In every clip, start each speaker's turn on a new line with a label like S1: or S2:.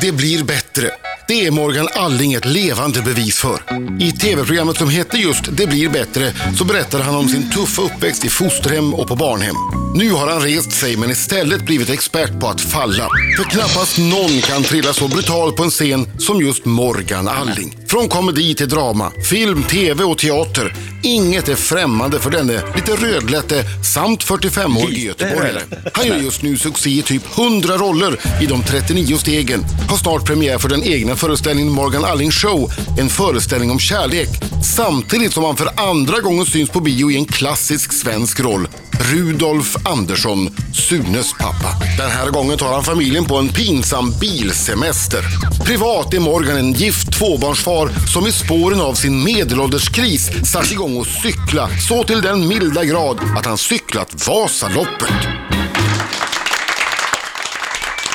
S1: Det blir bättre. Det är Morgan Alling ett levande bevis för. I tv-programmet som hette just Det blir bättre så berättar han om sin tuffa uppväxt i fosterhem och på barnhem. Nu har han rest sig men istället blivit expert på att falla. För knappast någon kan trilla så brutalt på en scen som just Morgan Alling. Från komedi till drama, film, tv och teater. Inget är främmande för denne lite rödlätte samt 45-årige göteborgare. Han gör just nu succé i typ 100 roller i de 39 stegen. Har snart premiär för den egna föreställningen Morgan Alling Show, en föreställning om kärlek. Samtidigt som han för andra gången syns på bio i en klassisk svensk roll. Rudolf Andersson, Sunes pappa. Den här gången tar han familjen på en pinsam bilsemester. Privat är Morgan en gift tvåbarnsfar som i spåren av sin medelålderskris satt igång att cykla så till den milda grad att han cyklat Vasaloppet.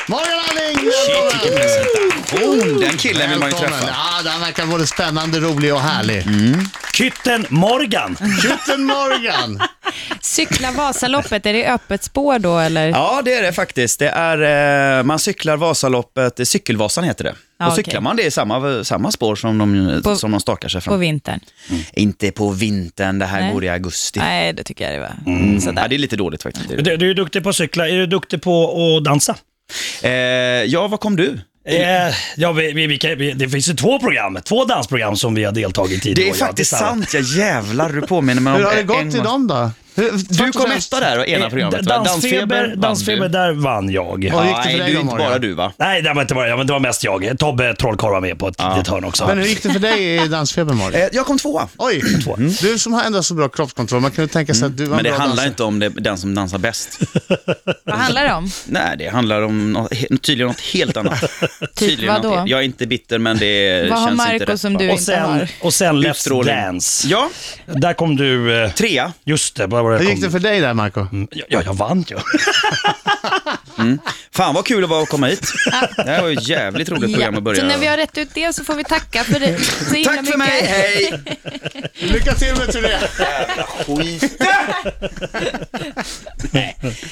S2: Morgan Alling, välkommen!
S3: Boom, den killen vill man ju
S2: Välkommen.
S3: träffa.
S2: Ja, den verkar både spännande, rolig och härlig.
S4: Kytten Morgan.
S2: Guten Morgan!
S5: Cykla Vasaloppet, är det öppet spår då eller?
S3: Ja, det är det faktiskt. Det är, eh, man cyklar Vasaloppet, eh, Cykelvasan heter det.
S5: Ja,
S3: Då
S5: okej.
S3: cyklar man det i samma, samma spår som de,
S5: På-
S3: som de stakar sig
S5: På
S3: från.
S5: vintern?
S3: Inte på vintern, det Mm. här
S5: Nej.
S3: går i augusti.
S5: Nej, det tycker jag det var.
S3: Ja, det är lite dåligt faktiskt. Det är det.
S4: Du, du är duktig på att cykla. Är du duktig på att dansa?
S3: Eh, ja, vad kom du?
S4: Eh, ja, vi, vi, vi, kan- vi, det finns ju två program, två dansprogram som vi har deltagit i.
S3: Det är
S4: då, ja,
S3: faktiskt
S4: tillsammans.
S3: sant, jag jävlar, du påminner mig om
S2: Hur har det
S3: en
S2: gått i
S3: gång.
S2: dem då? Hur-
S3: Du
S2: först och
S3: kom
S2: främst-
S3: etta där och ena
S4: Eh,
S3: programmet. va?
S4: dansfeber,
S3: vann
S4: dansfeber
S3: du.
S4: där vann jag.
S2: Vad gick
S3: Ja,
S2: det
S3: nej,
S2: för dig
S3: det är
S2: då,
S3: ju inte bara
S2: Morgan?
S3: du va?
S4: Nej, det var inte bara jag, men det var mest jag. Tobbe Trollkarl var med på ett litet hörn också.
S2: Men hur gick det för dig i Dansfeber, Morgan?
S3: Eh, jag kom tvåa.
S2: Oj, du som har ändå så bra kroppskontroll, man kunde tänka sig att du var en
S3: Mm. Men det
S2: bra
S3: handlar
S2: dansare.
S3: inte om det, den som dansar bäst.
S5: Vad handlar det om?
S3: Nej, det handlar om något, he- tydligen något helt annat. tydligen
S5: Typ vadå?
S3: något helt- Jag är inte bitter, men det
S5: Vad har
S3: känns inte
S5: Marco
S3: rätt.
S5: som
S3: va?
S5: du
S4: och,
S5: inte
S4: sen,
S5: har?
S4: och sen Let's
S3: Utstrålning.
S4: Dance.
S3: Ja,
S4: Där kom du... eh,
S3: trea.
S4: Just det, bara var
S2: Hur
S4: det
S2: gick det
S4: kom.
S2: för dig där, Marco?
S3: Mm.
S4: Ja, ja, jag vann ju.
S3: Fan vad kul det var att komma hit. Det här var ju ett jävligt roligt program att börja
S5: så när vi har rätt ut det så får vi tacka för det. Så himla
S3: Tack för
S5: mycket.
S3: mig, hej!
S2: Lycka till med turnén!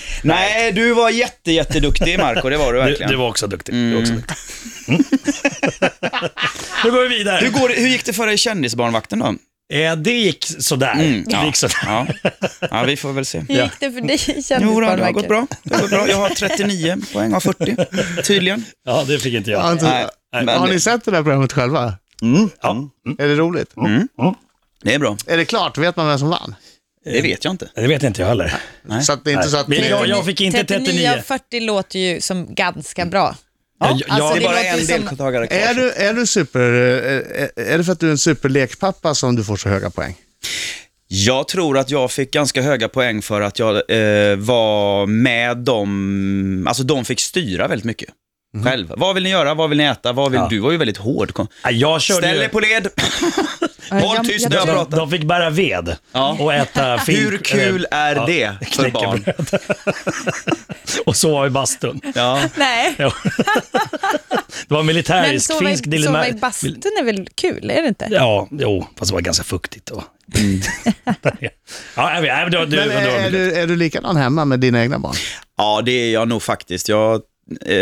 S3: Nej, du var jätte, jätteduktig Marco, det var du
S4: Du,
S3: verkligen.
S4: du var också duktig. Du, var också duktig. Mm. nu går vi vidare.
S3: Hur, går, det- hur gick det för dig i Kändisbarnvakten då?
S4: Eh, det gick sådär.
S3: Mm,
S4: Det
S3: ja.
S4: gick sådär.
S3: Ja. ja, vi får väl se.
S5: Hur gick det för dig i
S3: Jo, då, det har gått
S5: Kändisbarnvakten?
S3: bra. Det har gått bra. Jag har 39 poäng av 40, tydligen.
S4: Ja, det fick inte jag.
S2: Har, inte,
S3: Nej,
S2: har
S3: men-
S2: ni sett det där programmet själva?
S3: Mm,
S4: Ja.
S2: Är det roligt?
S3: det är bra.
S2: Är det klart? Vet man vem som vann?
S3: Det vet jag inte.
S4: Det vet inte jag heller.
S3: Nej.
S2: Så att det är inte
S4: Nej.
S2: så att...
S4: Men jag, jag fick inte 39.
S5: av 40 låter ju som ganska bra.
S4: Ja, jag-
S5: alltså,
S3: det är
S5: det
S3: bara
S5: låter
S3: en
S5: ju som-
S3: deltagare kvar.
S2: Är du, är du super... Är, är det för att du är en superlekpappa som du får så höga poäng?
S3: Jag tror att jag fick ganska höga poäng för att jag eh, var med dem, alltså de fick styra väldigt mycket. Själv. Vad vill ni göra? Vad vill ni äta? Vad vill...
S4: Ja.
S3: Du var ju väldigt hård. Kom.
S4: Ja, jag körde
S3: Ställ
S4: ju-
S3: er på led! Håll
S5: jag-
S3: tyst
S5: jag
S3: när jag
S5: tror-
S3: pratar.
S4: De fick bära ved
S3: Ja.
S4: och äta fink.
S3: Hur kul är
S4: ja,
S3: det för barn?
S4: knäckebröd. och sova i bastun.
S3: Ja.
S5: Nej,
S4: Ja. det var
S5: men
S4: militärisk
S5: sova i,
S4: finsk
S5: sova i
S4: dilemma.
S5: bastun är väl kul, är det inte?
S4: Ja, jo, fast det var ganska fuktigt då. ja, jag vet, nej, Mm. men eh, det var, det,
S2: Men är, är,
S4: det var,
S2: du, är du likadan hemma med dina egna barn?
S3: ja, det är jag nog faktiskt. Jag, eh,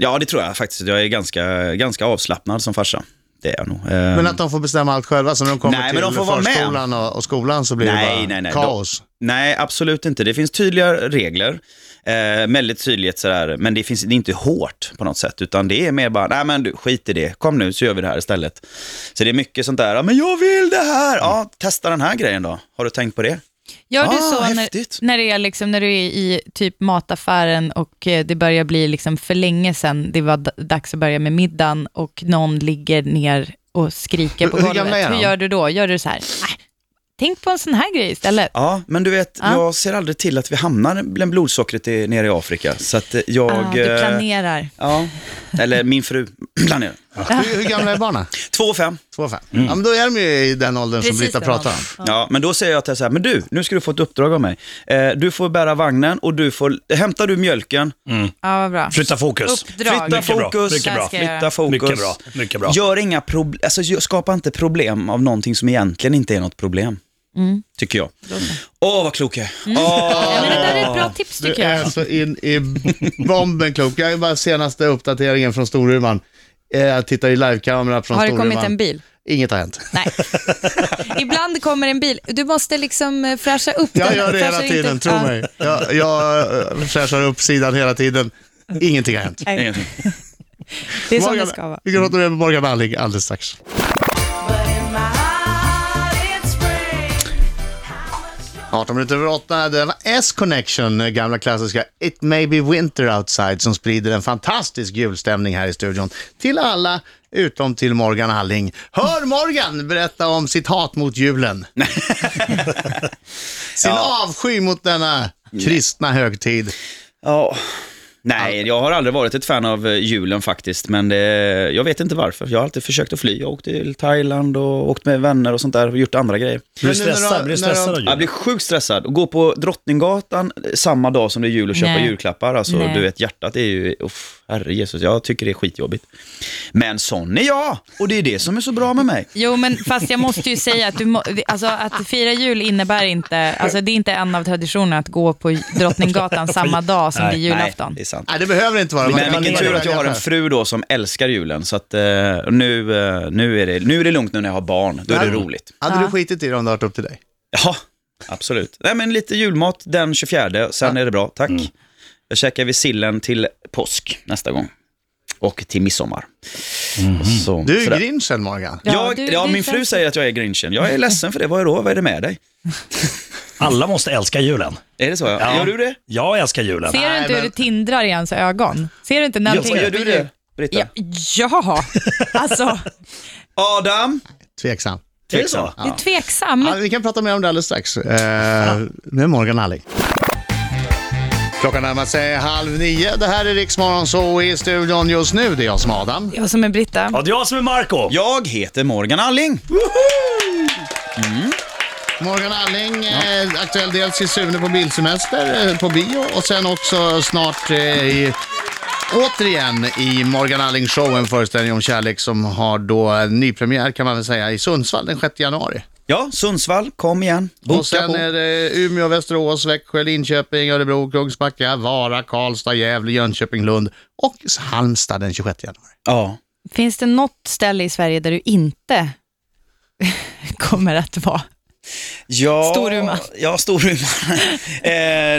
S3: ja, det tror jag faktiskt. Jag är ganska, ganska avslappnad som farsa. Det är jag nog. Eh,
S2: Men att de får bestämma allt själva, så när de kommer
S3: Nej,
S2: till
S3: men de får vara med.
S2: förskolan och, och skolan så blir
S3: Nej,
S2: det bara
S3: nej, nej.
S2: kaos.
S3: Nej, absolut inte. Det finns tydliga regler. Eh, väldigt tydligt sådär, men det, finns, det är inte hårt på något sätt, utan det är mer bara, nej men du, skit i det, kom nu så gör vi det här istället. Så det är mycket sånt där, "Ja, men jag vill det här, ja, testa den här grejen då, har du tänkt på det?
S5: Gör du
S3: Ah,
S5: så
S3: häftigt.
S5: när, när, det är liksom, när du är i typ mataffären och eh, det börjar bli liksom för länge sedan det var d- dags att börja med middagen och någon ligger ner och skriker på
S2: Hur- hur gamla är
S5: golvet. Hur
S2: de?
S5: gör du då? Gör du så här, "Nej, tänk på en sån här grej istället.
S3: Ja, men du vet,
S5: Ja.
S3: jag ser aldrig till att vi hamnar bland blodsockret i, nere i Afrika, så att eh, jag...
S5: Ah, du
S3: eh,
S5: planerar.
S3: Ja, eller min fru planerar.
S2: Hur, hur gamla är barnen?
S3: Två och fem.
S2: Två och fem? Ja, men då är de ju i den åldern
S5: Precis
S2: som Brita
S5: den
S2: pratar om.
S5: åldern.
S3: Ja, men då säger jag till henne så här, men du, nu ska du få ett uppdrag av mig. Eh, du får bära vagnen och du får, hämtar du mjölken,
S5: Ja, vad bra.
S4: flytta fokus.
S5: Uppdrag.
S3: Flytta
S4: Mycket bra,
S3: fokus,
S4: mycket bra.
S5: Där ska jag
S3: flytta
S5: göra.
S3: fokus.
S4: Mycket bra, mycket bra.
S3: Gör inga problem, alltså gö- skapa inte problem av någonting som egentligen inte är något problem. tycker jag. Åh, vad klok jag är.
S5: Ja,
S3: Åh.
S5: men det där är ett bra tips
S2: Du
S5: tycker
S2: är
S5: jag.
S2: så in i bomben klok. Jag är bara senaste uppdateringen från Storuman. Eh, Jag tittar i livekamera från
S5: Har det
S2: Storuman.
S5: kommit en bil?
S2: Inget har hänt.
S5: Nej. Ibland kommer en bil. Du måste liksom eh, fräscha upp den.
S2: Jag gör det hela
S5: Fräscha
S2: tiden,
S5: inte-
S2: tro
S5: Ja.
S2: mig. Jag, jag eh, fräschar upp sidan hela tiden. Ingenting har hänt.
S5: Nej,
S3: Ingenting.
S5: Det är som det
S2: Morgan-
S5: ska vara.
S2: Vi gråter över Morgan Alling alldeles strax.
S6: But in my heart, it's spring.
S2: 18 minuter över 8, det var S-Connection, eh, gamla klassiska It May Be Winter Outside som sprider en fantastisk julstämning här i studion till alla utom till Morgan Alling. Hör Morgan berätta om sitt hat mot julen. Sin avsky mot denna kristna högtid.
S3: Ja. Nej, jag har aldrig varit ett fan av eh, julen faktiskt, men det, jag vet inte varför. Jag har alltid försökt att fly. Jag har åkt till Thailand och åkt med vänner och sånt där och gjort andra grejer.
S4: Blir du
S2: Men nu när du har-
S4: stressad? Blir du
S2: när du
S4: stressad
S2: har-
S4: av
S3: Jag
S4: julen?
S3: blir sjukt stressad och gå på Drottninggatan samma dag som det är jul och köpa
S5: Nej.
S3: julklappar. Alltså,
S5: Nej.
S3: du vet, hjärtat är ju... Uff, herre Jesus, jag tycker det är skitjobbigt. Men sån är jag! Och det är det som är så bra med mig.
S5: Jo, men fast jag måste ju säga att, du må, alltså, att fira jul innebär inte, alltså, det är inte en av traditionerna att gå på Drottninggatan samma dag som det är
S3: Nej,
S5: julafton.
S3: det är sant.
S2: Nej, det behöver inte vara. Man kan
S3: Men vilken
S2: planera
S3: tur att jag har en
S2: det.
S3: fru då som älskar julen, så att eh, nu, eh, nu, är det, nu är det lugnt nu när jag har barn. Då är det
S2: Men-
S3: roligt.
S2: Hade du skitit i det om det hade varit upp till dig?
S3: Ja, absolut. Nej, men lite julmat den 24, sen är det bra, tack.
S2: Mm.
S3: Jag käkar vi sillen till påsk nästa gång. Och till midsommar. Och Så,
S2: Mm. Du är
S3: sådär.
S2: grinchen Morgan.
S5: Ja,
S3: Jag,
S5: du-
S3: ja,
S5: du
S3: min
S5: känns-
S3: fru säger att jag är grinchen. Jag är ledsen för det. Vad är då? Vad är det med dig?
S4: Alla måste älska julen.
S3: Är det så? Ja. Gör du det?
S4: Jag älskar julen.
S5: Ser du
S2: Nej,
S5: inte hur
S2: men-
S5: det tindrar i hans ögon? Ser du inte när han
S4: Jag-
S5: tänker
S3: Gör
S5: på
S3: du
S5: jul?
S3: det, Britta?
S5: Ja, ja, alltså
S3: Adam?
S2: Tveksam.
S4: Är det så?
S5: du är tveksam.
S2: Ja, vi kan prata mer om det alldeles strax. Eh, med Morgan Alling. Klockan närmar sig halv nio. Det här är Riksmorgon så i studion just nu. Det är jag som är Adam.
S5: Jag som är Britta.
S4: Ja, det är jag som är Marco.
S3: Jag heter Morgan Alling.
S2: Morgan Alling, eh, aktuell dels i Sune på bilsemester eh, på bio och sen också snart eh, i Återigen i Morgan Alling Show, en föreställning om kärlek som har då eh, nypremiär kan man väl säga i Sundsvall den 6 januari.
S3: Ja, Sundsvall, kom igen. Boka
S2: och sen
S3: på.
S2: är det Umeå, Västerås, Växjö, Linköping, Örebro, Kungsbacka, Vara, Karlstad, Gävle, Jönköping, Lund och Halmstad den 26 januari.
S3: Ja.
S5: Finns det något ställe i Sverige där du inte kommer att vara?
S3: Ja,
S5: Storuman.
S3: Ja, Storuman. eh,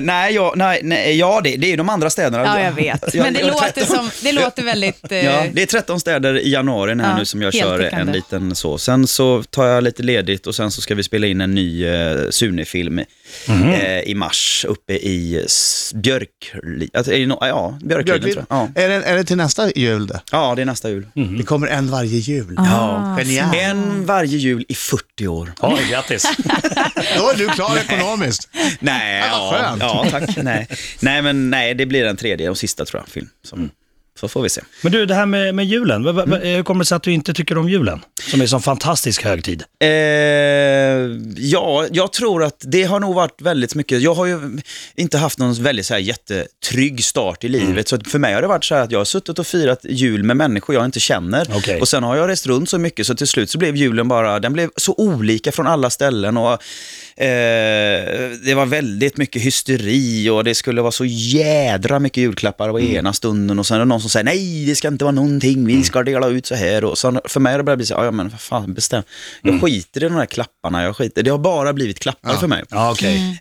S3: nej, ja, nej, nej, ja det, det är ju de andra städerna.
S5: Ja, jag vet. Men det
S3: jag-
S5: låter, som, det låter väldigt... eh,
S3: Ja, det är 13 städer i januari här
S5: Ja,
S3: nu som jag
S5: helt
S3: kör en
S5: täckande.
S3: liten så. Sen så tar jag lite ledigt och sen så ska vi spela in en ny eh, Sune-film eh, i mars uppe i S- Björkli. Alltså, är det no- ja, Björkliden tror jag. Ja.
S2: Är, det, är det till nästa jul det?
S3: ja, det är nästa jul.
S2: Det kommer en varje jul.
S5: Ah,
S2: Mm. Genialt.
S3: En varje jul i 40 år.
S4: Ja, grattis.
S2: Då är du klar ekonomiskt.
S3: Nej,
S2: Ja, vad
S3: ja,
S2: skönt.
S3: ja, tack. Nej. nej, men nej, det blir den tredje och sista tror jag, film. Som,
S2: Mm.
S3: Så får vi se.
S4: Men du, det här med, med julen. Va- va- va- Hur kommer det sig att du inte tycker om julen? Som är en sån fantastisk högtid.
S3: Eh, ja, jag tror att det har nog varit väldigt mycket. Jag har ju inte haft någon väldigt så här jättetrygg start i
S2: Mm.
S3: livet. Så att för mig har det varit så här att jag har suttit och firat jul med människor jag inte känner.
S4: Okej.
S3: Och sen har jag rest runt så mycket så till slut så blev julen bara, den blev så olika från alla ställen. Och, eh, det var väldigt mycket hysteri och det skulle vara så jädra mycket julklappar och
S4: Mm.
S3: ena stunden och sen är det någon som säger nej, det ska inte vara någonting, vi ska
S4: Mm.
S3: dela ut så här. Och sen, för mig har det börjat bli så här, ja men vad fan, bestäm. Jag skiter i de här klapparna, jag skiter. det har bara blivit klappar för mig.
S4: Mm. Ja, okej.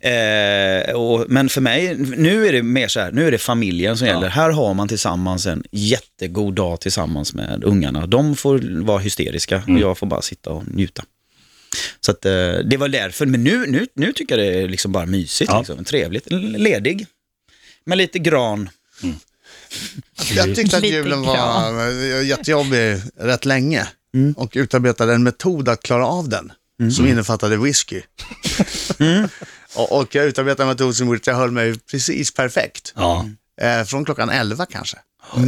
S3: Eh, och, men för mig, nu är det mer så här, nu är det familjen som gäller. Här har man tillsammans en jättegod dag tillsammans med ungarna. De får vara hysteriska
S2: Mm.
S3: och jag får bara sitta och njuta. Så att, eh, det var därför, men nu, nu, nu tycker jag det är liksom bara mysigt,
S4: Ja.
S3: liksom, trevligt, L- ledig. Med lite gran.
S2: Jag tyckte att
S5: Lite
S2: julen var eh, jättejobbig rätt länge och utarbetade en metod att klara av den som innefattade whisky. Mm. och, och jag utarbetade en metod som gjorde att jag höll mig precis perfekt.
S4: Ja.
S2: Eh, från klockan 11 kanske,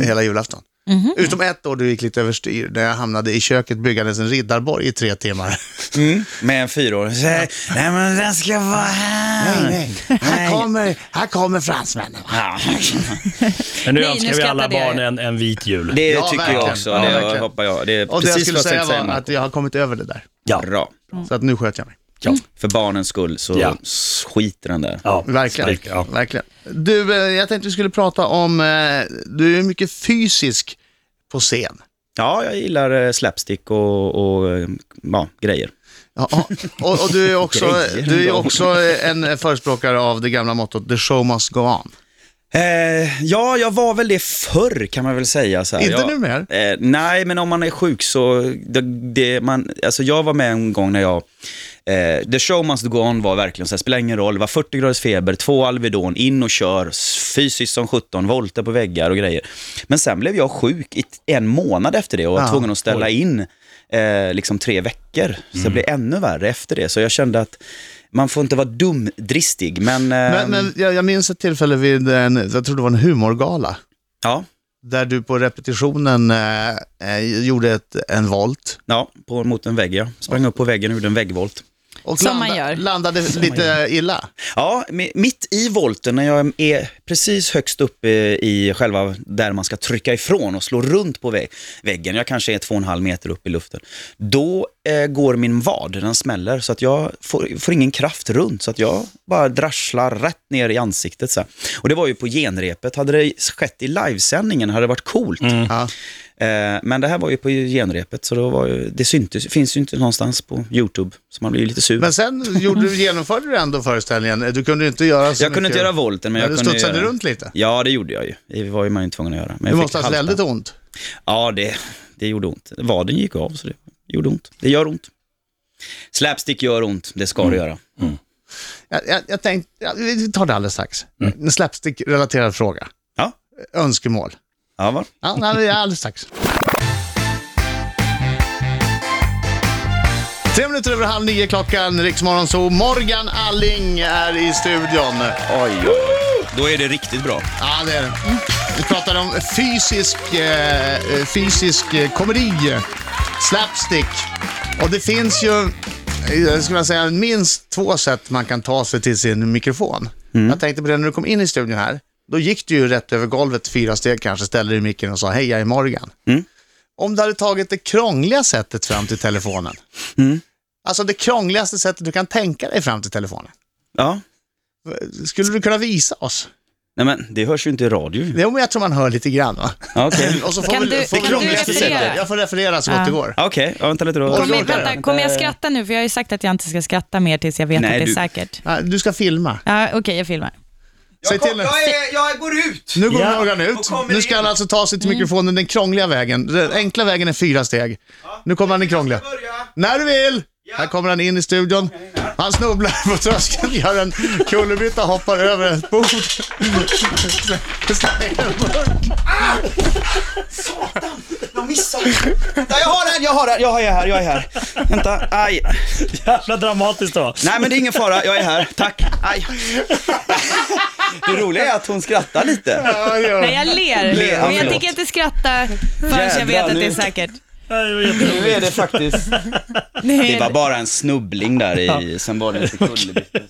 S2: hela julafton. Utom ett år du gick lite överstyr, när jag hamnade i köket byggandes en riddarborg i tre timmar.
S3: Med en fyraåring. Så här, Nej men den ska vara här.
S2: Här kommer, här kommer fransmännen.
S3: Ja.
S4: Men nu
S5: Nej, nu
S4: önskar vi
S5: skrattar
S4: alla
S5: det.
S4: barn en, en vit jul.
S3: Det
S2: Ja,
S3: tycker jag
S2: verkligen.
S3: också.
S2: Ja,
S3: det
S2: verkligen.
S3: hoppar jag. Det är
S2: Och det
S3: precis
S2: jag skulle
S3: vad jag
S2: säga
S3: tänkte
S2: var
S3: säga.
S2: att jag har kommit över det där.
S4: Ja.
S3: Bra.
S2: Så att nu sköt jag mig.
S4: Ja.
S3: För barnens skull så
S4: Ja.
S3: skiter den där.
S4: ja.
S2: Verkligen.
S4: Ja.
S2: Verkligen. Du, eh, jag tänkte vi skulle prata om, eh, du är mycket fysisk på scen.
S3: Ja, jag gillar eh, slapstick och, och eh, ja, grejer.
S2: Ja, och, och du är också,
S3: Grejer.
S2: du är också en förespråkare av det gamla mottot, the show must go on.
S3: Eh, ja, jag var väl det förr kan man väl säga. Så här.
S2: Inte
S3: jag,
S2: nu mer?
S3: Eh, nej, men om man är sjuk så... Det, det, man, alltså jag var med en gång när jag... Eh, the show must go on var verkligen så här, spelar ingen roll, det var 40 graders feber, två Alvedon, in och kör, s- fysiskt som 17, volter på väggar och grejer. Men sen blev jag sjuk i t- en månad efter det och var
S2: Ja,
S3: tvungen att ställa in eh, liksom tre veckor. Så det blev ännu värre efter det. Så jag kände att man får inte vara dumdristig, men... Eh,
S2: Men, men jag, jag minns ett tillfälle vid en, jag tror det var en humorgala,
S3: Ja,
S2: där du på repetitionen eh, eh, gjorde ett, en volt.
S3: Ja, på, mot en vägg ja. Sprang upp på väggen och gjorde en väggvolt.
S2: Och
S5: Som man gör.
S2: landade lite illa.
S3: Ja, mi- mitt i volten när jag är precis högst uppe i själva där man ska trycka ifrån och slå runt på vä- väggen, jag kanske är två och en halv meter upp i luften, då eh, går min vad, den smäller, så att jag får, får ingen kraft runt, så att jag bara drasslar rätt ner i ansiktet. Så här. Och det var ju på genrepet, hade det skett i livesändningen hade det varit coolt.
S2: Ja.
S3: Eh, Men det här var ju på genrepet, så då var ju, det syntes, finns ju inte någonstans på YouTube, så man blir ju lite sur.
S2: Men sen gjorde du, genomförde du ändå föreställningen. Du kunde ju inte göra så
S3: jag kunde inte
S2: mycket.
S3: göra volten, men
S2: Men
S3: jag
S2: du
S3: kunde
S2: studsade
S3: göra...
S2: runt lite.
S3: Ja, det gjorde jag ju. Det var ju man ju tvungen att göra. Men jag
S2: Du
S3: fick
S2: måste ha haft
S3: halta.
S2: väldigt ont.
S3: Ja, det, det gjorde ont. Vaden gick av, så det gjorde ont. Det gör ont. Slapstick gör ont, det ska det göra.
S2: Jag, jag, jag tänkte, ja, vi tar det alldeles strax.
S3: Mm.
S2: En slapstick-relaterad fråga.
S3: Ja,
S2: Önskemål.
S3: ja va?
S2: Ja, nej, men alldeles strax. Tre minuter över halv nio klockan, Riksmorgon, så Morgan Alling är i studion.
S3: Oj, oj, oj. Då är det riktigt bra.
S2: Ja, det är det. Vi pratar om fysisk, eh, eh, fysisk eh, komedi, slapstick. Och det finns ju, eh, jag skulle säga, minst två sätt man kan ta sig till sin mikrofon. Jag tänkte på det när du kom in i studion här. Då gick du ju rätt över golvet fyra steg kanske, ställde dig i micken och sa hej, jag är Morgan. Om du hade tagit det krångliga sättet fram till telefonen. Alltså det krångligaste sättet du kan tänka dig fram till telefonen.
S3: Ja.
S2: Skulle du kunna visa oss?
S3: Nej men, det hörs ju inte i radio. ju.
S2: Jo, men jag tror man hör lite grann va?
S3: Ja, Okej,
S2: Och så får
S5: Kan
S2: vi,
S5: du-
S2: får
S5: kan
S2: vi-
S5: du referera?
S2: Jag får referera så gott det går.
S3: Ja, okej. Ja, vänta lite då.
S2: Kom
S5: Kommer,
S2: orkar jag
S5: vänta, kommer jag skratta nu? För jag har ju sagt att jag inte ska skratta mer tills jag vet
S3: Nej,
S5: att det är
S3: du-
S5: säkert.
S2: Ja, Du ska filma.
S5: Ja, Okej, jag filmar.
S2: Säg till nu.
S3: är, jag går ut!
S2: Nu går
S4: Ja.
S2: Morgan
S3: Och
S2: ut.
S3: kommer
S2: Nu ska
S3: in.
S2: han alltså ta sig
S5: Mm.
S2: till mikrofonen den krångliga vägen. Den enkla vägen är fyra steg. Nu kommer han den krångliga. När du vill! Här kommer han in i studion. Han snubblar på tröskeln, gör en kullerbytta, hoppar över ett bord. Slänger en burk.
S3: Jag missade! Jag har den, jag har den, jag är här, jag är här. Vänta, aj.
S4: Jävla dramatiskt då.
S3: Nej men det är ingen fara, jag är här. Tack. Aj. Det roliga är att hon skrattar lite.
S2: Ja, det gör han.
S5: Nej, jag
S3: Ler,
S5: ler. Men jag
S3: förlåt.
S5: tänker inte skratta förrän jag vet
S3: Jävlar,
S5: att det är
S3: nu-
S5: säkert.
S4: Nej, det var jätteroligt.
S3: Nu är det faktiskt... Det var bara en snubbling där i, sen var det lite kullerbyttor.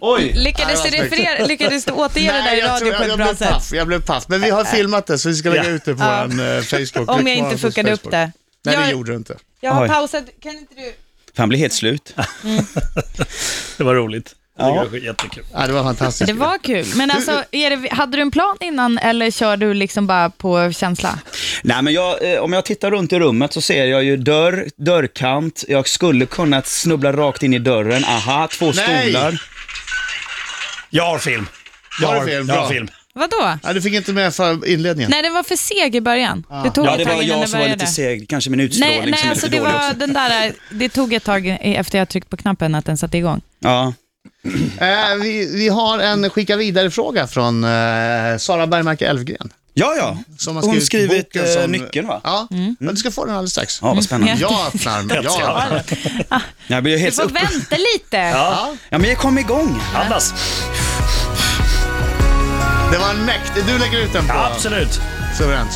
S3: Oj!
S5: Lyckades du, referera, lyckades du återge det där
S2: Nej,
S5: i
S2: jag, tror,
S5: radio
S2: jag,
S5: på ett
S2: jag,
S5: bra
S2: blev
S5: sätt?
S2: paff, jag blev paff. Men vi har filmat det så vi ska lägga
S4: Ja.
S2: ut det på
S5: Ja.
S2: vår eh, Facebook.
S5: Om jag inte
S2: Riksmorgons
S5: fuckade upp
S2: Facebook.
S5: det.
S2: Nej, det
S5: Jag,
S2: gjorde du inte.
S5: jag har
S3: Oj.
S5: pausat. Kan inte du?
S3: Han blir helt slut.
S4: Det var roligt.
S3: Ja.
S4: Det var jättekul.
S2: Ja, det var fantastiskt.
S5: Det var kul. Men alltså, är det, hade du en plan innan eller kör du liksom bara på känsla?
S3: Nej men jag, eh, om jag tittar runt i rummet så ser jag ju dörr, dörrkant, jag skulle kunna snubbla rakt in i dörren, aha, två
S2: Nej.
S3: stolar.
S4: Jag har film. Jag
S2: Har du film?
S4: jag
S2: Bra.
S4: har film.
S5: Vadå?
S2: Ja, du fick inte med för inledningen.
S5: Nej, den var för seg i början. Det tog
S3: Ja
S5: ett
S3: det
S5: tag
S3: var
S5: innan
S3: jag
S5: den
S3: som var
S5: började.
S3: lite seg, kanske min utstrålning
S5: Nej, nej
S3: som är
S5: alltså
S3: lite
S5: det
S3: dålig
S5: var
S3: också.
S5: den där, det tog ett tag efter jag tryckt på knappen att den satte igång.
S3: Ja.
S2: Eh, vi, vi har en skicka vidare-fråga från eh, Sara Bergmark Elfgren.
S3: Ja, ja.
S2: Som har
S3: Hon har
S2: skrivit
S3: skrivit
S2: boken
S3: eh,
S2: som-
S3: Nyckeln va?
S2: Ja, men du ska få den alldeles strax.
S3: Ja, vad spännande.
S2: Jag öppnar den. Jag öppnar den.
S3: Jag blir ju
S5: Mm. Du
S3: helt
S5: får
S3: upp...
S5: vänta lite.
S4: Ja.
S3: Ja, men jag kom igång.
S4: Andas.
S2: Det var en mäktig... Du lägger ut den på...
S4: Absolut.
S2: Suveränt.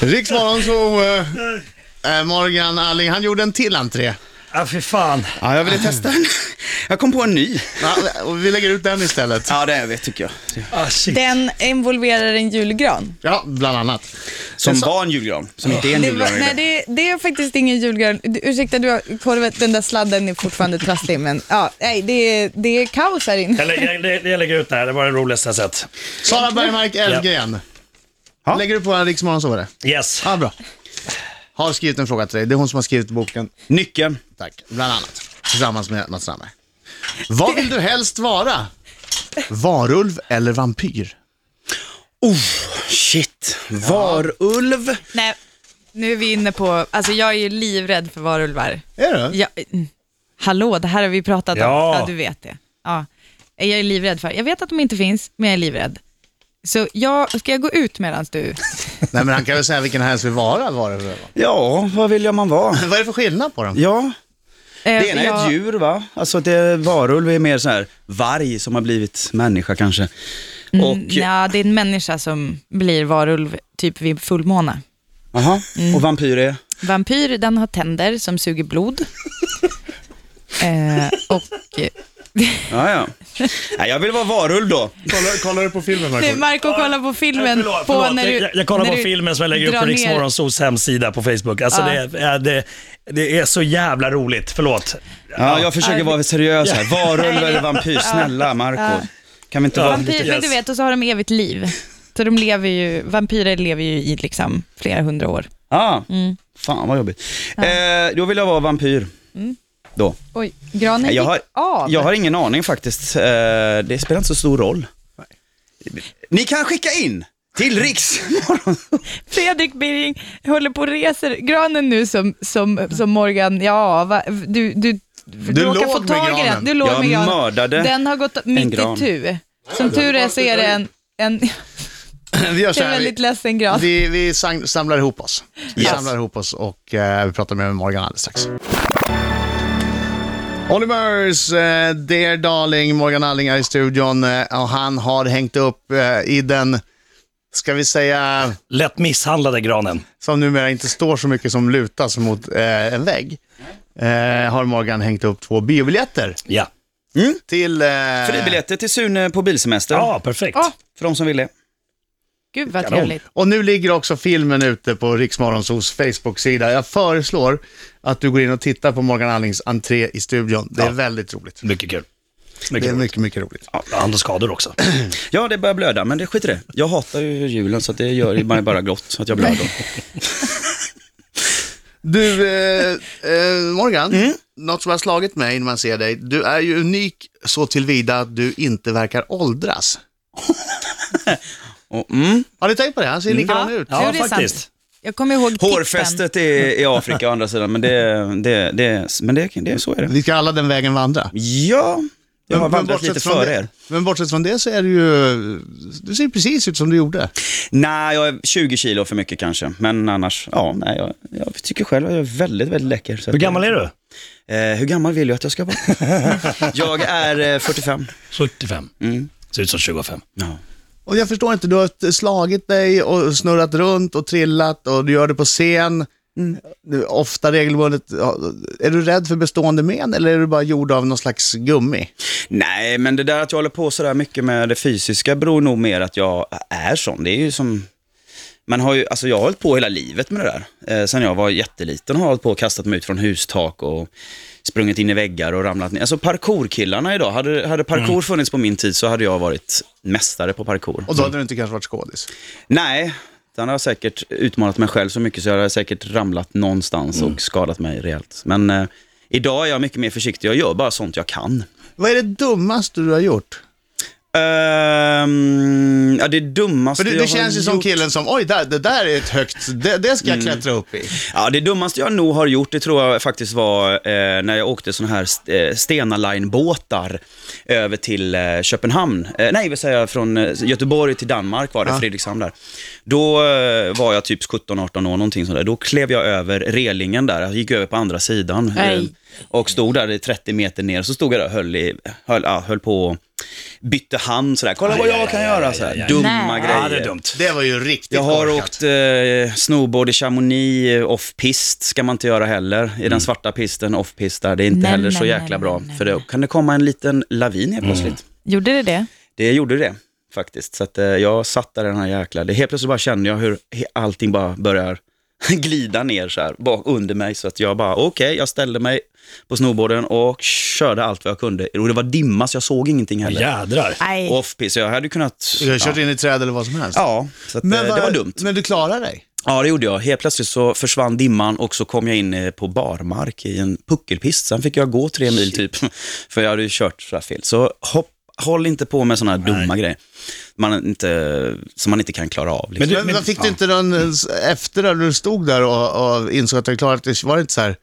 S2: Riksmorgon så... eh, eh, Morgan Alling, han gjorde en till entré.
S4: Ja, fy fan.
S3: Ja, jag ville testa den. Jag kom på en ny.
S2: Ja, och vi lägger ut den istället.
S3: Ja, det är vi tycker jag.
S4: Ah, shit.
S7: Den involverar en julgran.
S2: Ja, bland annat.
S3: Som var en julgran, som inte är en
S7: Det var,
S3: julgran.
S7: nej, det, det är faktiskt ingen julgran. Du- Ursäkta, du har korvet, den där sladden är fortfarande trasslig, men ja, nej, det, är- det är kaos här inne.
S4: Jag, lä- jag, lä- jag lägger ut det här, det var det roligaste jag sett.
S2: Sara Bergmark Elfgren.
S3: Ja.
S2: Lägger du på en Rix Morgon så är det.
S4: Yes.
S2: Ja, bra. Har skrivit en fråga till dig. Det är hon som har skrivit boken.
S3: Nyckeln.
S2: Tack. Bland annat. Tillsammans med Mats Strandberg. Vad vill du helst vara? Varulv eller vampyr?
S3: Shit. Varulv.
S5: Nej, nu är vi inne på, alltså jag är ju livrädd för varulvar.
S2: Är du?
S5: Ja, mm. hallå, det här har vi pratat om.
S4: Ja.
S5: Ja, du vet det. Ja. Jag är livrädd för, jag vet att de inte finns, men jag är livrädd. Så jag, ska jag gå ut medan du...
S2: Nej, men han kan väl säga vilken helst vill vara varulv.
S3: Ja, vad vill jag man vara?
S2: Vad är det för skillnad på dem?
S3: Ja,
S5: Eh,
S3: det ena är ett
S5: jag-
S3: djur va? Alltså det, varulv är mer så här varg som har blivit människa kanske.
S5: Mm,
S3: Och,
S5: Nja, det är en människa som blir varulv typ vid fullmåne.
S3: aha, och vampyr är?
S5: Vampyr, den har tänder som suger blod. eh, och...
S3: Ja, ja. Nej, jag vill vara varulv då.
S2: Kollar, kollar du på filmen, Marco?
S5: Nu, Marco kollar på filmen.
S4: Eh, Förlåt,
S5: på
S4: förlåt.
S5: när du,
S4: jag, jag kollar
S5: när
S4: på
S5: du
S4: filmen som jag lägger upp på
S5: drar ner-
S4: Riksmorgonsols hemsida på Facebook. Alltså
S5: Ja.
S4: det, är- det, det är så jävla roligt, förlåt.
S3: Ja, jag försöker vara seriös här. Varulv eller vampyr, snälla Marco. Kan vi inte vara
S5: Vampyr,
S4: Yes.
S5: men du vet, och så har de evigt liv. Så de lever ju, vampyrer lever ju i liksom flera hundra år.
S3: Ja, fan vad jobbigt. Eh, då vill jag vara vampyr. Då.
S5: Oj, granen
S3: Jag har,
S5: gick av.
S3: jag har ingen aning faktiskt. Eh, det spelar inte så stor roll. Ni kan skicka in till Riks.
S5: Fredrik Birging håller på och reser granen nu som, som, som Morgan, ja, va, du, du, du
S2: låg
S5: råkar få
S2: med
S5: tag i
S2: granen.
S5: den. Du låg
S3: Jag
S5: med granen.
S3: mördade
S5: Den har gått mitt
S3: gran.
S5: i tu. Som tur är så är det en, en,
S2: Vi gör så
S5: en
S2: här.
S5: väldigt
S2: Vi,
S5: ledsen gran.
S2: vi, vi sang, samlar ihop oss. Vi
S3: Yes.
S2: samlar ihop oss och eh, vi pratar med Morgan alldeles strax. Olivers, eh, dear darling, Morgan Alling är i studion eh, och han har hängt upp eh, i den, ska vi säga,
S4: Lätt misshandlade granen.
S2: som numera inte står så mycket som lutas mot eh, en vägg, eh, har Morgan hängt upp två biobiljetter
S4: Ja.
S2: till... Eh,
S3: Fribiljetter till Sune på bilsemester.
S4: Ja, perfekt.
S5: Ja.
S3: För de som vill det.
S5: Gud vad trevligt.
S2: Och nu ligger också filmen ute på Riksmorgonsos Facebook-sida. Jag föreslår att du går in och tittar på Morgan Allings entré i studion. Det är
S4: Ja.
S2: väldigt roligt.
S4: Mycket kul.
S2: Det är
S4: Mycket kul.
S2: mycket, mycket roligt.
S4: Ja, andra skador också.
S3: Ja, det börjar blöda, men det skiter i det. Jag hatar ju julen, så att det gör ju mig bara grått att jag blöder.
S2: Du, eh, eh, Morgan, något som har slagit mig när man ser dig. Du är ju unik så tillvida att du inte verkar åldras.
S3: Och, mm.
S2: Har ni tänkt på det? Han ser likadan ut.
S4: Ja,
S5: Jo, det är sant.
S4: faktiskt.
S5: Jag kommer ihåg tippen.
S3: Hårfästet i, i Afrika å andra sidan, men det, det, det, men det, det så är det.
S2: Vi ska alla den vägen vandra.
S3: Ja, jag har vandrat lite
S2: från
S3: före
S2: det,
S3: er.
S2: Men bortsett från det så är du ju... Du ser precis ut som du gjorde.
S3: Nej, jag är 20 kilo för mycket kanske, men annars, ja, nej, jag, jag tycker själv att jag är väldigt, väldigt läcker. Så
S4: Hur gammal är du?
S3: Eh, hur gammal vill du att jag ska vara? jag är eh, 45.
S4: 45. Mm. Ser ut som 25.
S3: Ja.
S2: Och jag förstår inte, du har slagit dig och snurrat runt och trillat och du gör det på scen.
S3: Mm.
S2: Du, ofta regelbundet. Ja, Är du rädd för bestående men eller är du bara gjord av någon slags gummi?
S3: Nej, men det där att jag håller på sådär mycket med det fysiska beror nog mer att jag är sån. Det är ju som... Man har ju, alltså jag har hållit på hela livet med det där. Eh, sen jag var jätteliten har jag hållit på och kastat mig ut från hustak och sprungit in i väggar och ramlat ner. Alltså parkourkillarna idag, hade, hade parkour funnits på min tid så hade jag varit mästare på parkour.
S2: Och då hade du inte kanske varit skådis.
S3: Nej, den har jag säkert utmanat mig själv så mycket så jag har säkert ramlat någonstans
S2: Mm.
S3: och skadat mig rejält. Men eh, idag är jag mycket mer försiktig. Jag gör bara sånt jag kan.
S2: Vad är det dummaste du har gjort?
S3: Ehm, ja, det dummaste
S2: För du,
S3: jag
S2: du känns
S3: har
S2: ju som
S3: gjort... Mm.
S2: killen som, oj, där, det där är ett högt, det, det ska jag klättra upp i.
S3: Ja, det dummaste jag nog har gjort, det tror jag faktiskt var eh, när jag åkte såna här st- eh, Stena Line-båtar över till eh, Köpenhamn. Eh, nej, vad säger jag, från eh, Göteborg till Danmark var det, Fredrikshamn där. Då eh, var jag typ 17-18 år, någonting sådär. Då klev jag över relingen där, jag gick över på andra sidan. eh,
S5: Nej.
S3: och stod där i 30 meter ner, så stod jag där och höll, i, höll, ja, höll på bytte hand sådär. Kolla
S4: Aj,
S3: vad
S4: aj,
S3: jag
S4: aj,
S3: kan
S4: aj,
S3: göra
S4: aj,
S3: sådär.
S4: aj, aj.
S3: Dumma
S5: Nej.
S3: grejer.
S4: Ja, det är dumt.
S2: Det var ju riktigt
S3: Jag har
S2: korkat.
S3: åkt eh, snowboard i Chamonix eh, off-pist, ska man inte göra heller. I den svarta pisten off-pist där, det är inte
S5: Mm. Nej,
S3: heller så
S5: nej,
S3: jäkla
S5: nej,
S3: bra.
S5: nej, Mm.
S3: För då kan det komma en liten lavin helt plötsligt.
S5: Gjorde det det?
S3: Det gjorde det faktiskt. Så att, eh, jag satt där i den här jäkla, det helt plötsligt bara kände jag hur he- allting bara börjar glida ner så här, bak, under mig. Så att jag bara, okej, jag ställde mig på snowboarden och körde allt vad jag kunde. Och det var dimma så jag såg ingenting heller.
S4: Jädrar.
S5: Nej.
S3: Off-pist, så jag hade kunnat...
S2: Du har kört
S3: ja.
S2: in i träd eller vad som helst.
S3: Ja, så att, eh, det
S2: vad-
S3: var dumt.
S2: Men du klarar dig.
S3: Ja, det gjorde jag. Helt plötsligt så försvann dimman och så kom jag in eh, på barmark i en puckelpist. Sen fick jag gå tre mil typ, för jag hade ju kört så här fel. Så hopp, håll inte på med sådana här dumma grejer man inte, som man inte kan klara av. Liksom.
S4: Men
S2: Men,
S4: du-
S2: men,
S4: men-
S2: fick du inte någon, efter när du stod där och, och insåg att du klarat det, var det inte så här,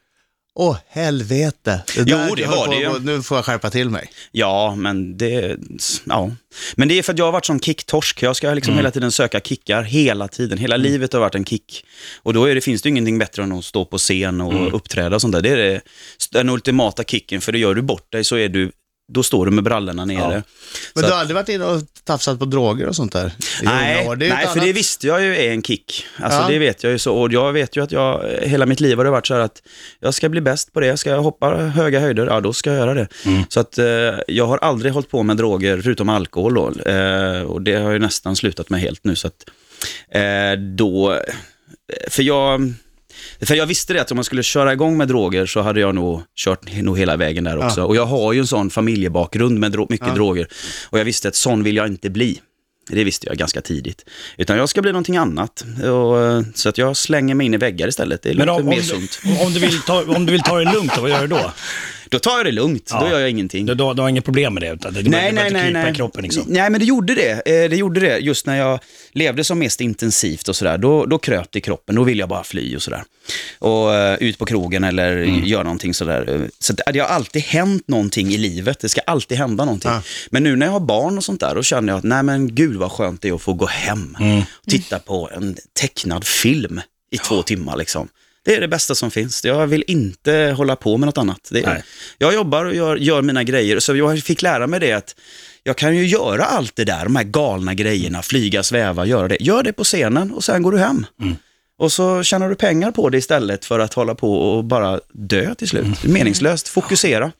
S2: åh helvete.
S3: Jo,
S2: där-
S3: det
S2: jag höll
S3: var
S2: på-
S3: det ju.
S2: och Nu får jag skärpa till mig.
S3: Ja, men det, ja. men det är för att jag har varit som kicktorsk. Jag ska liksom hela tiden söka kickar, hela tiden. Hela livet har varit en kick. Och då är det, finns det ju ingenting bättre än att stå på scen och uppträda och sånt där. Det är det, den ultimata kicken, för det gör du bort dig så är du, då står du med brallorna nere.
S2: Men
S3: Så
S2: du
S3: att-
S2: har aldrig varit inne och tafsat på droger och sånt där? i unga
S3: Nej,
S2: år? är ett
S3: nej för det
S2: annat-
S3: visste jag ju är en kick. Alltså
S2: Ja.
S3: det vet jag ju så. Och jag vet ju att jag, eh, hela mitt liv har det varit så här att jag ska bli bäst på det. Ska jag hoppa höga höjder, ja då ska jag göra det.
S2: Mm.
S3: Så att eh, jag har aldrig hållit på med droger, förutom alkohol då. Eh, och det har jag ju nästan slutat med helt nu. Så att, eh, då, för jag, för jag visste det att om man skulle köra igång med droger så hade jag nog kört nog hela vägen där också. Och jag har ju en sån familjebakgrund med dro- mycket droger. Och jag visste att sån vill jag inte bli. Det visste jag ganska tidigt. Utan jag ska bli någonting annat. Och, eh, så att jag slänger mig in i väggar istället. Det
S4: Men
S3: låter
S4: om, om,
S3: mer
S4: du,
S3: sunt.
S4: om, du vill ta, om du vill ta det lugnt, då, vad gör du då?
S3: Då tar jag det lugnt. Då
S4: Ja.
S3: gör jag ingenting.
S4: Du, du, du har inget problem med det? Utan det du behöver inte krypa i kroppen liksom?
S3: Nej, men det gjorde det. Eh, Det gjorde det just när jag levde som mest intensivt och sådär. Då, då kröp det i kroppen. Då ville jag bara fly och sådär. Och eh, ut på krogen eller
S4: Mm.
S3: göra någonting sådär. Eh, Så det, det har alltid hänt någonting i livet. Det ska alltid hända någonting.
S4: Ah.
S3: Men nu när jag har barn och sånt där, då känner jag att nej men gud vad skönt det är att få gå hem
S4: Mm.
S3: och titta på en tecknad film i två timmar liksom. Det är det bästa som finns. Jag vill inte hålla på med något annat. Det
S4: Nej.
S3: är, jag jobbar och gör, gör mina grejer, så jag fick lära mig det att jag kan ju göra allt det där, de här galna grejerna, flyga, sväva, göra det. Gör det på scenen och sen går du hem.
S2: Mm.
S3: Och så tjänar du pengar på det istället för att hålla på och bara dö till slut.
S2: Mm.
S3: Meningslöst, fokusera.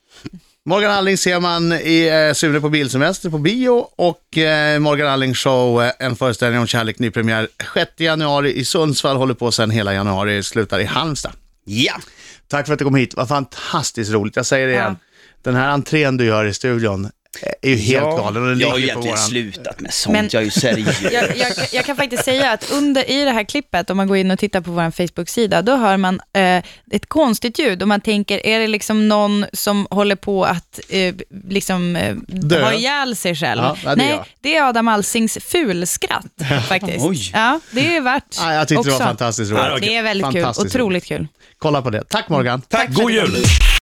S2: Morgan Alling ser man i eh, Sune på bilsemester på bio och eh, Morgan Alling show, eh, en föreställning om kärlek, nypremiär 6 januari i Sundsvall, håller på sen hela januari, slutar i Halmstad.
S3: Ja!
S2: Tack för att du kom hit, vad fantastiskt roligt. Jag säger det igen, den här entrén du gör i studion eh, är ju helt galen och den
S3: jag har ju
S2: ligger på
S3: egentligen
S2: våran...
S3: slutat med sånt,
S5: Men-
S3: jag är ju seriös.
S5: jag, jag, jag kan faktiskt säga att under, i det här klippet, om man går in och tittar på vår Facebook-sida, då hör man eh, ett konstigt ljud och man tänker, är det liksom någon som håller på att eh, liksom, eh,
S2: Dö.
S5: ha ihjäl sig själv?
S2: Ja, ja, det är
S5: Nej,
S2: jag.
S5: det är Adam Alsings fulskratt faktiskt.
S3: Oj.
S5: Ja, det är värt
S2: Ja, jag tyckte det
S5: också.
S2: var fantastiskt
S4: Ja,
S2: roligt.
S4: okej.
S5: Det är väldigt kul,
S2: Fantastiskt
S5: otroligt kul.
S2: Kolla på det. Tack Morgan.
S4: God jul!